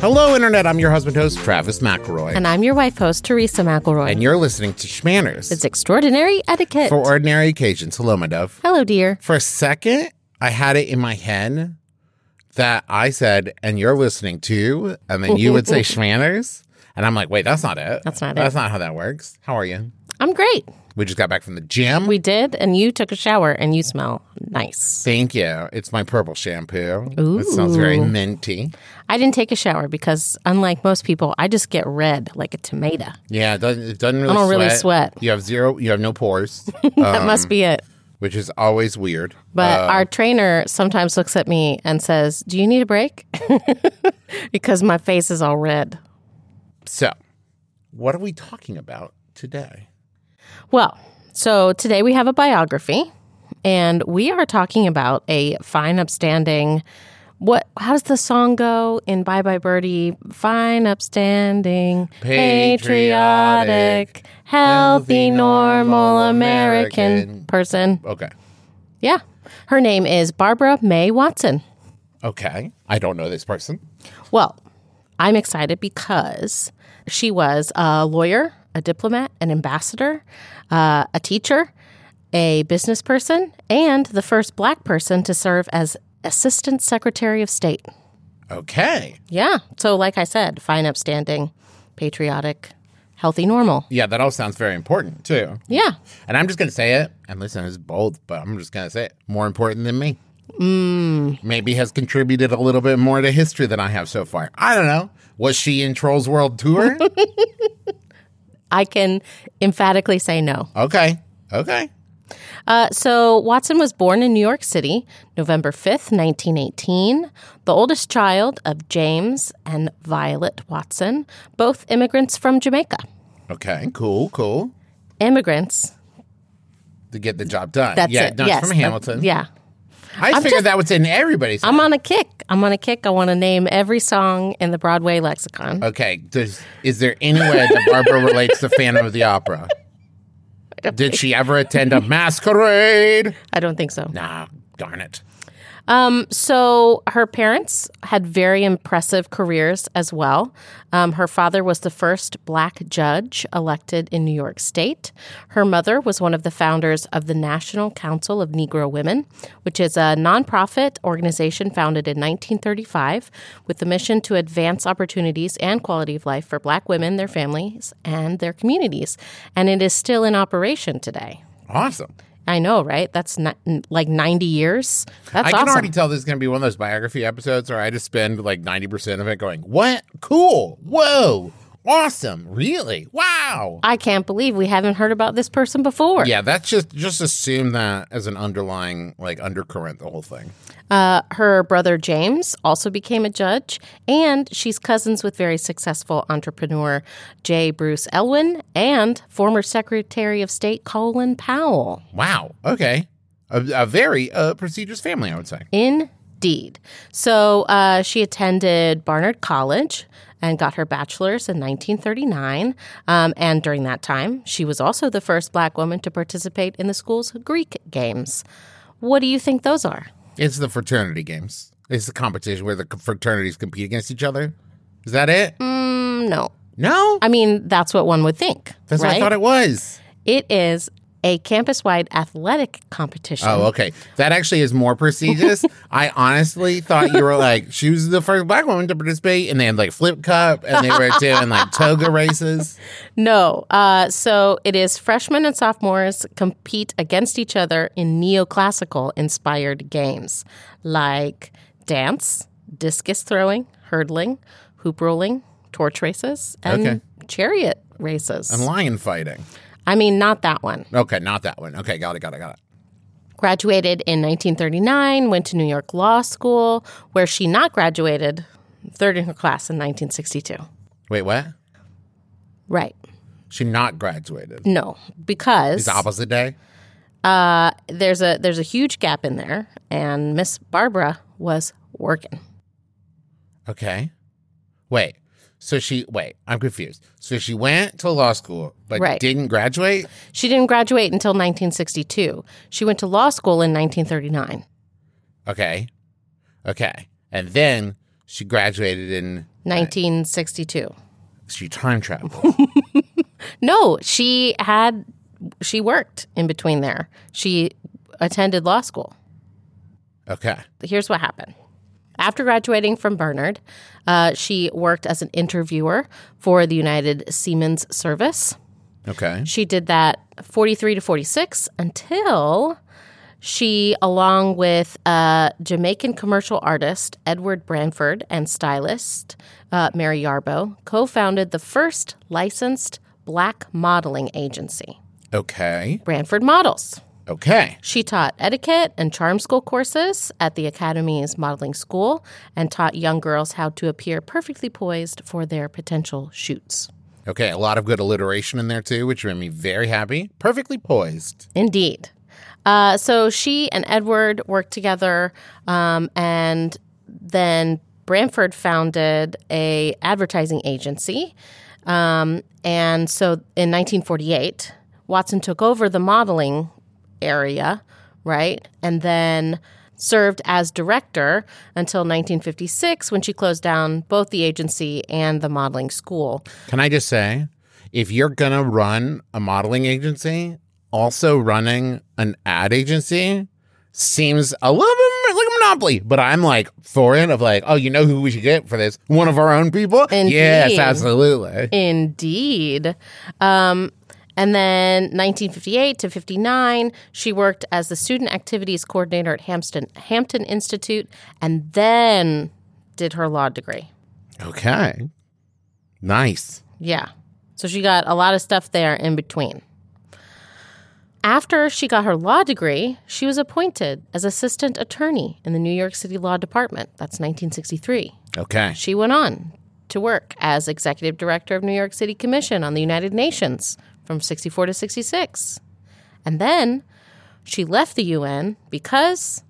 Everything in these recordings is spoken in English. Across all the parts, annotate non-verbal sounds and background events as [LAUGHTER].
Hello, Internet. I'm your husband host, Travis McElroy. And I'm your wife host, Teresa McElroy. And you're listening to Schmanners. it's extraordinary etiquette. for ordinary occasions. Hello, my dove. Hello, dear. For a second, I had it in my head that I said, and you're listening to, and then you would [LAUGHS] say Schmanners. And I'm like, wait, that's not it. That's not it. That's not how that works. How are you? I'm great. We just got back from the gym. We did, and you took a shower, and you smell nice. Thank you. It's my purple shampoo. It smells very minty. I didn't take a shower because, unlike most people, I just get red like a tomato. [LAUGHS] Yeah, it doesn't, it doesn't really don't sweat. really sweat. You have zero, you have no [LAUGHS] pores, that must be it. which is always weird. But Uh. our trainer sometimes looks at me and says, Do you need a break? [LAUGHS] because my face is all red. So, what are we talking about today? Well, so today we have a biography, and we are talking about a fine, upstanding. What? How does the song go in Bye Bye Birdie? Fine, upstanding, Patriotic, patriotic, healthy, normal American. American person. Okay. Yeah, her name is Barbara May Watson. Okay. I don't know this person. Well, I'm excited because she was a lawyer, a diplomat, an ambassador, uh, a teacher, a business person, and the first black person to serve as Assistant Secretary of State. Okay. Yeah. So, like I said, fine, upstanding, patriotic, healthy, normal. Yeah, that all sounds very important too. Yeah. And I'm just going to say it. And listen, it's bold, but I'm just going to say it. More important than me. Mm. Maybe has contributed a little bit more to history than I have so far. I don't know. Was she in Trolls World [LAUGHS] Tour? I can emphatically say no. okay. Okay. Uh, so Watson was born in New York City, November 5th, 1918, the oldest child of James and Violet Watson, both immigrants from Jamaica. Okay. Cool. Cool. Immigrants. To get the job done. That's yeah, it. no, it's yes. from Hamilton. yeah. I figured that was in everybody's. I'm on a kick. I'm on a kick. I want to name every song in the Broadway lexicon. Okay, does is there any way that Barbara relates to Phantom of the Opera? Did she ever attend a masquerade? I don't think so. Nah, darn it. So her parents had very impressive careers as well. Um, her father was the first black judge elected in New York State. Her mother was one of the founders of the National Council of Negro Women, which is a nonprofit organization founded in 1935 with the mission to advance opportunities and quality of life for black women, their families, and their communities. And it is still in operation today. Awesome. I know, right? That's not, like 90 years. That's I can awesome. already tell this is going to be one of those biography episodes where I just spend like 90% of it going, What? Cool. Whoa. Awesome. Really? Wow. I can't believe we haven't heard about this person before. Yeah, that's just just assume that as an underlying like undercurrent the whole thing. Uh, her brother James also became a judge, and she's cousins with very successful entrepreneur J. Bruce Elwin and former Secretary of State Colin Powell. Wow. Okay. A, a very uh, prestigious family, I would say. Indeed. So uh, she attended Barnard College and got her bachelor's in 1939. Um, and during that time, she was also the first black woman to participate in the school's Greek games. What do you think those are? It's the fraternity games. It's the competition where the fraternities compete against each other. Is that it? Mm. No. No, I mean, that's what one would think. that's right? what I thought it was. it is a campus wide athletic competition. Oh, okay. That actually is more [LAUGHS] prestigious. I honestly thought you were like she was the first black woman to participate, and they had like flip cup, and they were [LAUGHS] doing like toga races. No. Uh, so it is freshmen and sophomores compete against each other in neoclassical inspired games like dance, discus throwing, hurdling, hoop rolling, torch races, and Okay. chariot races. Lion fighting. I mean, not that one. Okay, not that one. Okay, got it, got it, got it. graduated in 1939, went to New York Law School, where she not graduated third in her class in 1962. Wait, what? Right. She not graduated. No, because uh, The opposite day. there's a there's a huge gap in there, and Miss Barbara was working. Okay. Wait. So she wait. I'm confused. So she went to law school, but Right. didn't graduate. She didn't graduate until 1962. She went to law school in 1939. Okay. Okay. And then she graduated in 1962. She time traveled. No, she had she worked in between there. She attended law school. okay. Here's what happened. After graduating from Barnard, uh, she worked as an interviewer for the United Seamen's Service. Okay. She did that 43 to 46 until she, along with uh, Jamaican commercial artist Edward Branford and stylist uh, Mary Yarbo, co founded the first licensed black modeling agency, Okay. Branford Models. Okay. She taught etiquette and charm school courses at the Academy's modeling school and taught young girls how to appear perfectly poised for their potential shoots. Okay. A lot of good alliteration in there too, which made me very happy. Perfectly poised. Indeed. Uh, so she and Edward worked together, um, and then Branford founded a advertising agency. Um, and so in 1948, Watson took over the modeling area, right? And then served as director until 1956 when she closed down both the agency and the modeling school. Can I just say, if you're going to run a modeling agency, also running an ad agency seems a little bit like a monopoly, but I'm like for it of like, oh, you know who we should get for this? One of our own people? Yes, Indeed. absolutely. Indeed. Um, and then 1958 to 59, she worked as the student activities coordinator at Hampton, Hampton Institute and then did her law degree. Okay. Nice. Yeah. So she got a lot of stuff there in between. After she got her law degree, she was appointed as assistant attorney in the New York City Law Department. That's 1963. Okay. She went on to work as executive director of New York City Commission on the United Nations from 64 to 66. And then she left the UN because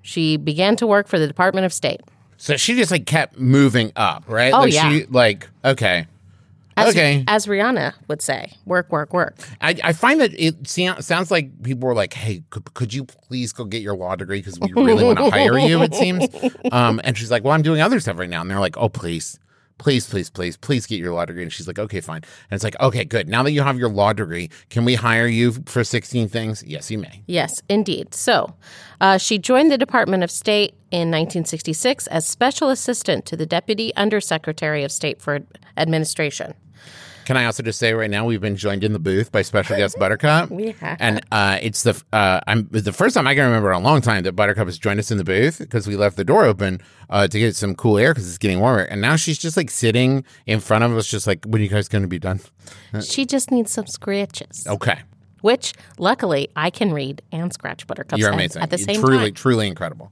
she began to work for the Department of State. So she just like kept moving up, right? Oh, like yeah. she like okay. As, okay. As Rihanna would say, work, work, work. I, I find that it sou- sounds like people were like, "Hey, could, could you please go get your law degree because we really want to hire you?" It [LAUGHS] seems. Um, and she's like, "Well, I'm doing other stuff right now," and they're like, "Oh, please, please, please, please, please get your law degree." And she's like, "Okay, fine." And it's like, "Okay, good. Now that you have your law degree, can we hire you for 16 things?" Yes, you may. Yes, indeed. So uh, she joined the Department of State in 1966 as special assistant to the Deputy Undersecretary of State for Ad- Administration. Can I also just say right now we've been joined in the booth by special guest Buttercup. [LAUGHS] We have. and uh, it's the uh, I'm it's the first time I can remember in a long time that Buttercup has joined us in the booth because we left the door open uh, to get some cool air because it's getting warmer, and now she's just like sitting in front of us, just like, "When are you guys going to be done?" She just needs some scratches. Okay, which luckily I can read and scratch Buttercup's you're head amazing. at the same truly, time. truly incredible.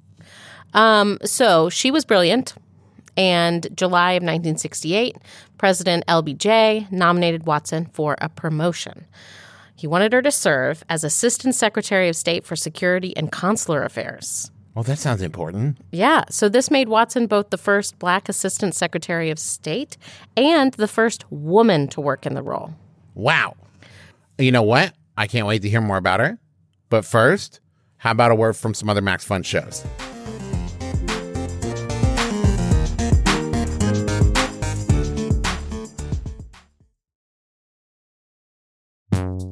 So she was brilliant. And July of 1968, President LBJ nominated Watson for a promotion. He wanted her to serve as Assistant Secretary of State for Security and Consular Affairs. Well, that sounds important. Yeah, so this made Watson both the first black Assistant Secretary of State and the first woman to work in the role. Wow. You know what? I can't wait to hear more about her. But first, how about a word from some other Max Fun shows?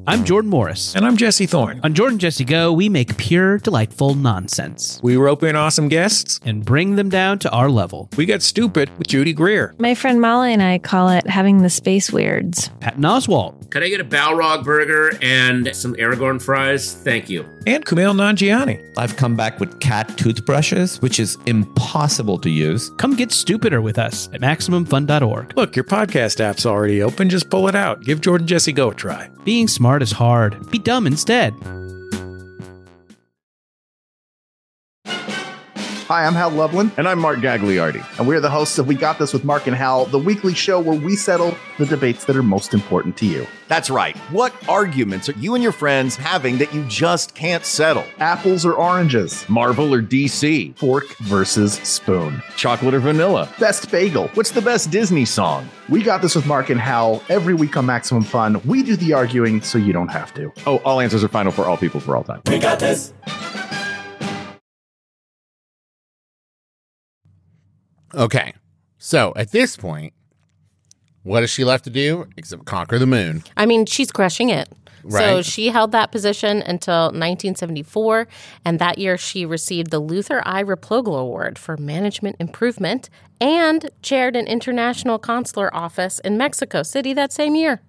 I'm Jordan Morris. And I'm Jesse Thorne. On Jordan Jesse Go, we make pure, delightful nonsense We rope in awesome guests. and bring them down to our level. We got stupid with Judy Greer. My friend Molly and I call it having the space weirds. Patton Oswalt, Could I get a Balrog burger and some Aragorn fries? Thank you. And Kumail Nanjiani. I've come back with cat toothbrushes, which is impossible to use. come get stupider with us at MaximumFun.org. Look, your podcast app's already open. Just pull it out. Give Jordan Jesse Go a try. Being smart is hard. Be dumb instead. Hi, I'm Hal Loveland. And I'm Mark Gagliardi. And we're the hosts of We Got This with Mark and Hal, the weekly show where we settle the debates that are most important to you. That's right. What arguments are you and your friends having that you just can't settle? Apples or oranges? Marvel or DC? Fork versus spoon. Chocolate or vanilla? Best bagel. What's the best Disney song? We got this with Mark and Hal every week on Maximum Fun. We do the arguing so you don't have to. Oh, all answers are final for all people for all time. Okay. So at this point, what is she left to do except conquer the moon? I mean, she's crushing it. So Right. she held that position until 1974, and that year she received the Luther I. Replogel Award for Management Improvement and chaired an international consular office in Mexico City that same year.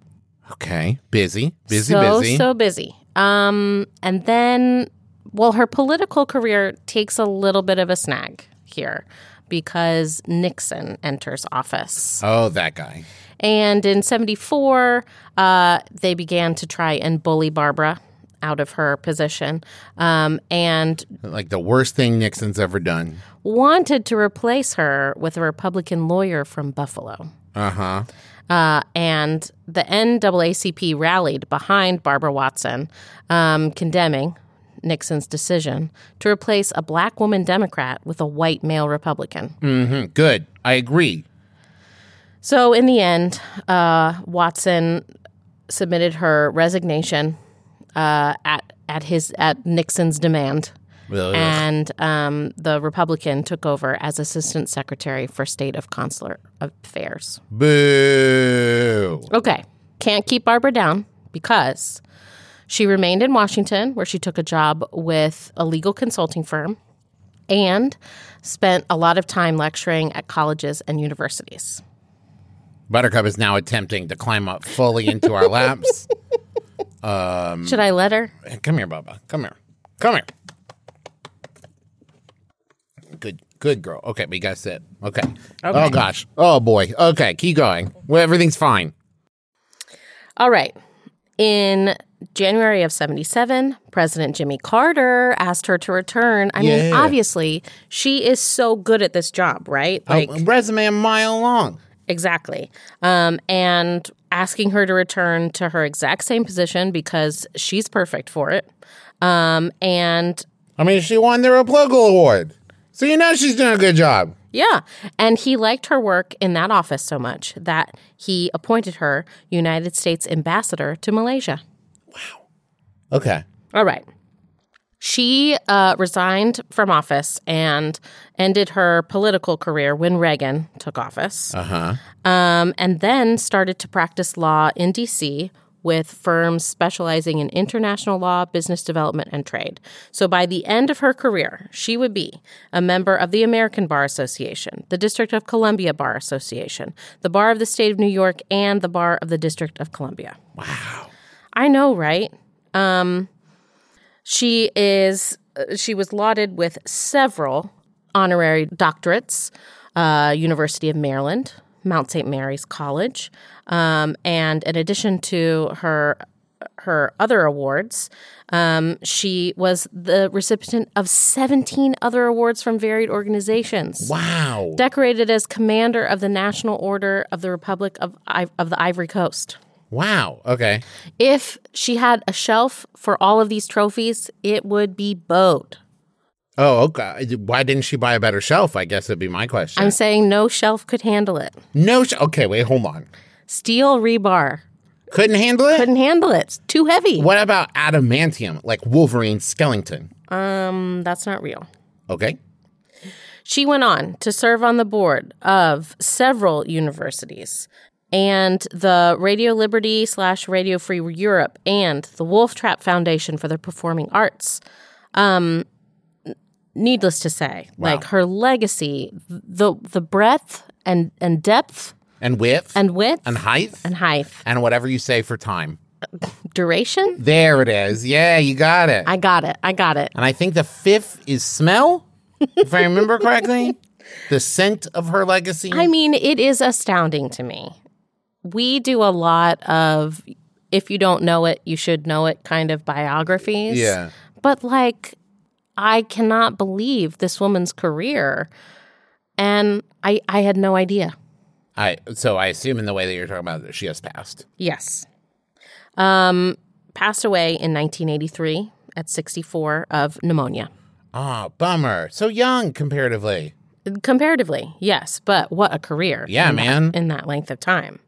Okay, busy, busy, so, busy. So busy. Um, and then, well, her political career takes a little bit of a snag here because Nixon enters office. oh, that guy. And in 74, uh, they began to try and bully Barbara out of her position um, and Like the worst thing Nixon's ever done. wanted to replace her with a Republican lawyer from Buffalo. Uh huh. Uh, and the NAACP rallied behind Barbara Watson, um, condemning Nixon's decision to replace a black woman Democrat with a white male Republican. Mm-hmm. Good. I agree. So, in the end, uh, Watson submitted her resignation uh, at at his at Nixon's demand, Ugh. and um, the Republican took over as Assistant Secretary for State of Consular Affairs. Boo. Okay. Can't keep Barbara down because she remained in Washington where she took a job with a legal consulting firm and spent a lot of time lecturing at colleges and universities. Buttercup is now attempting to climb up fully into our laps. Should I let her? Come here, Bubba. Come here. Come here. Good, good girl. Okay, we got sit. Okay. Oh gosh. Oh boy. Okay, keep going. Well, everything's fine. All right. In January of 77, President Jimmy Carter asked her to return. I mean, Yeah. obviously, she is so good at this job, right? Oh, resume a mile long. Exactly. Um, and asking her to return to her exact same position because she's perfect for it. Um, and I mean, she won the Replogle Award, so you know she's doing a good job. yeah, and he liked her work in that office so much that he appointed her United States ambassador to Malaysia. Okay. All right. She uh, resigned from office and ended her political career when Reagan took office. Uh huh. Um, and then started to practice law in D.C. with firms specializing in international law, business development, and trade. So by the end of her career, she would be a member of the American Bar Association, the District of Columbia Bar Association, the Bar of the State of New York, and the Bar of the District of Columbia. Wow. I know, right? She is uh, she was lauded with several honorary doctorates, uh, University of Maryland, Mount St. Mary's College, um, and in addition to her her other awards, um, she was the recipient of 17 other awards from varied organizations. Wow. Decorated as commander of the National Order of the Republic of, I- of the Ivory Coast. Wow. Okay. If she had a shelf for all of these trophies, it would be bowed. Oh, okay. Why didn't she buy a better shelf? I guess would be my question. I'm saying no shelf could handle it. no. Sh- okay. Wait. Hold on. Steel rebar Couldn't handle it. couldn't handle it. It's too heavy. What about adamantium, like Wolverine Skellington? Um, that's not real. Okay. She went on to serve on the board of several universities and the Radio Liberty slash Radio Free Europe and the Wolf Trap Foundation for the Performing Arts. Um, needless to say, like her legacy, the the breadth and and depth And width. and width and height. and height, and whatever you say for time. duration. There it is. Yeah, you got it. I got it. I got it. and I think the fifth is smell, if I remember correctly. The scent of her legacy. I mean, it is astounding to me. We do a lot of if you don't know it, you should know it kind of biographies. Yeah. But like I cannot believe this woman's career and I I had no idea. I so I assume in the way that you're talking about that she has passed. Yes. Um passed away in 1983 at 64 of pneumonia. Ah, bummer. So young comparatively. Comparatively, yes, but what a career. Yeah, in that- man. in that length of time.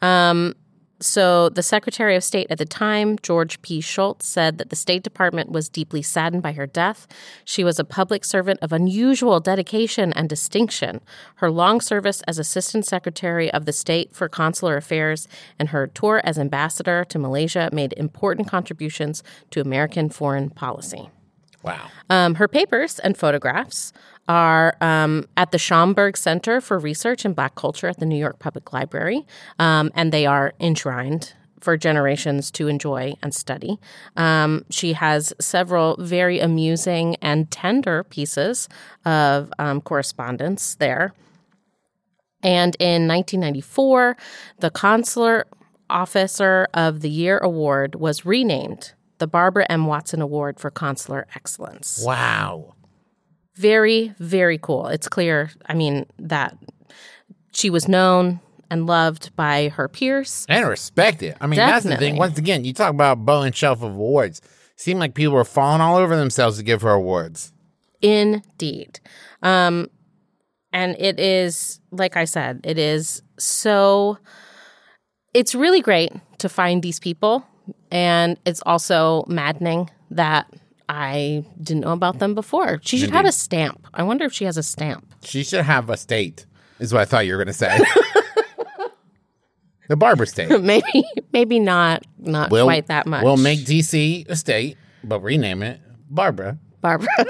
Um, So, the Secretary of State at the time, George P. Schultz, said that the State Department was deeply saddened by her death. She was a public servant of unusual dedication and distinction. Her long service as Assistant Secretary of the State for Consular Affairs and her tour as ambassador to Malaysia made important contributions to American foreign policy. Wow. Um, her papers and photographs are um, at the Schomburg Center for Research in Black Culture at the New York Public Library, um, and they are enshrined for generations to enjoy and study. Um, she has several very amusing and tender pieces of um, correspondence there. And in 1994, the Consular Officer of the Year Award was renamed the Barbara M. Watson Award for Consular Excellence Wow. very very cool it's clear i mean that she was known and loved by her peers And respect it. I mean, that's the thing. Definitely. Once again, you talk about bow and shelf of awards. Seemed like people were falling all over themselves to give her awards. indeed um and it is like i said it is so it's really great to find these people and it's also maddening that i didn't know about them before she should have a stamp i wonder if she has a stamp [LAUGHS] She should have a state, is what I thought you were going to say. the barber [LAUGHS] state. maybe maybe not not quite that much We'll make DC a state, but rename it Barbara. barbara [LAUGHS]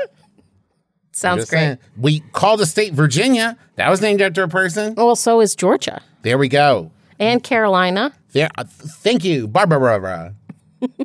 sounds Just great saying. We call the state Virginia. That was named after a person. Well, so is Georgia There we go. and Carolina. There, uh, th- thank you, Barbara.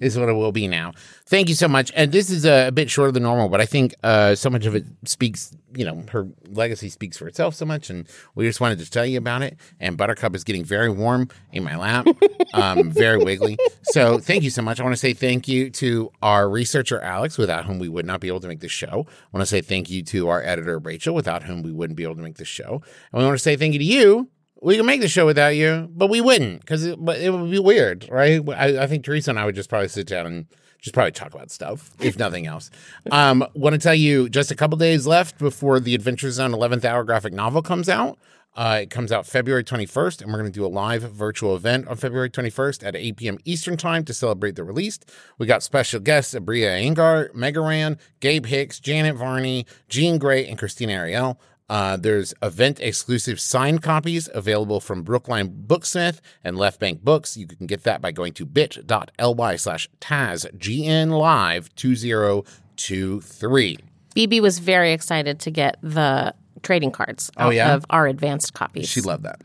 is what it will be now. Thank you so much. And this is a, a bit shorter than normal, but I think uh, so much of it speaks. You know, her legacy speaks for itself so much, and we just wanted to tell you about it. And Buttercup is getting very warm in my lap, um, very wiggly. So thank you so much. I want to say thank you to our researcher Alex, without whom we would not be able to make the show. I want to say thank you to our editor Rachel, without whom we wouldn't be able to make the show. And we want to say thank you to you we can make the show without you, but we wouldn't because it, but it would be weird, right? I, I think Teresa and I would just probably sit down and just probably talk about stuff, if nothing else. Um, Want to tell you just a couple days left before the Adventure Zone 11th Hour graphic novel comes out. Uh, it comes out February 21st, and we're going to do a live virtual event on February 21st at 8 p.m. Eastern Time to celebrate the release. We got special guests Abria Angar, Megaran, Gabe Hicks, Janet Varney, Jean Gray, and Christina Ariel. Uh, there's event exclusive signed copies available from Brookline Booksmith and Left Bank Books. You can get that by going to bit.ly slash TazGN Live 2023. BB was very excited to get the trading cards out Oh, yeah? of our advanced copies. She loved that.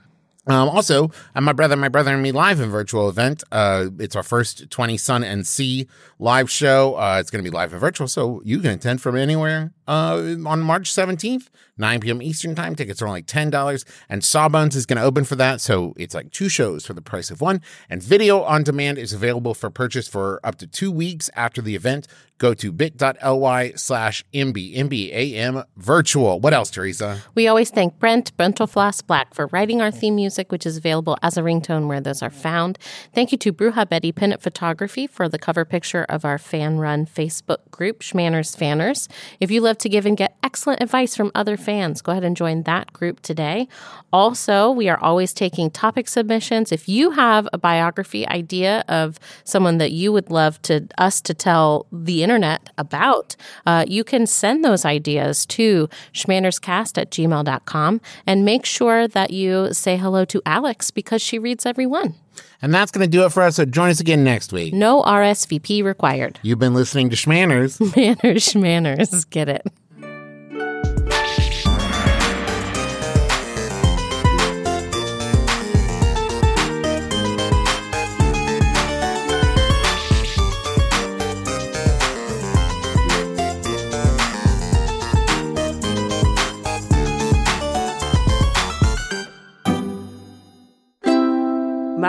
Um, also, uh, my brother, my brother and me live in virtual event. Uh, it's our first 20 Sun and Sea live show. Uh, it's going to be live and virtual, so you can attend from anywhere uh, on March 17th, 9 p.m. Eastern Time. Tickets are only $10. And Sawbones is going to open for that, so it's like two shows for the price of one. And video on demand is available for purchase for up to two weeks after the event. Go to bit.ly slash MB, MBAM virtual. What else, Teresa? We always thank Brent, Brentelfloss Black, for writing our theme music, which is available as a ringtone where those are found. Thank you to Bruja Betty Pinup Photography for the cover picture of our fan run Facebook group, Schmanners Fanners. If you love to give and get excellent advice from other fans, go ahead and join that group today. Also, we are always taking topic submissions. If you have a biography idea of someone that you would love to us to tell the internet about, uh, you can send those ideas to schmannerscast at gmail.com and make sure that you say hello to Alex because she reads every one. And that's going to do it for us. So join us again next week. No RSVP required. You've been listening to Schmanners. [LAUGHS] Manners, schmanners, get it. MaximumFun.org. Comedy and culture.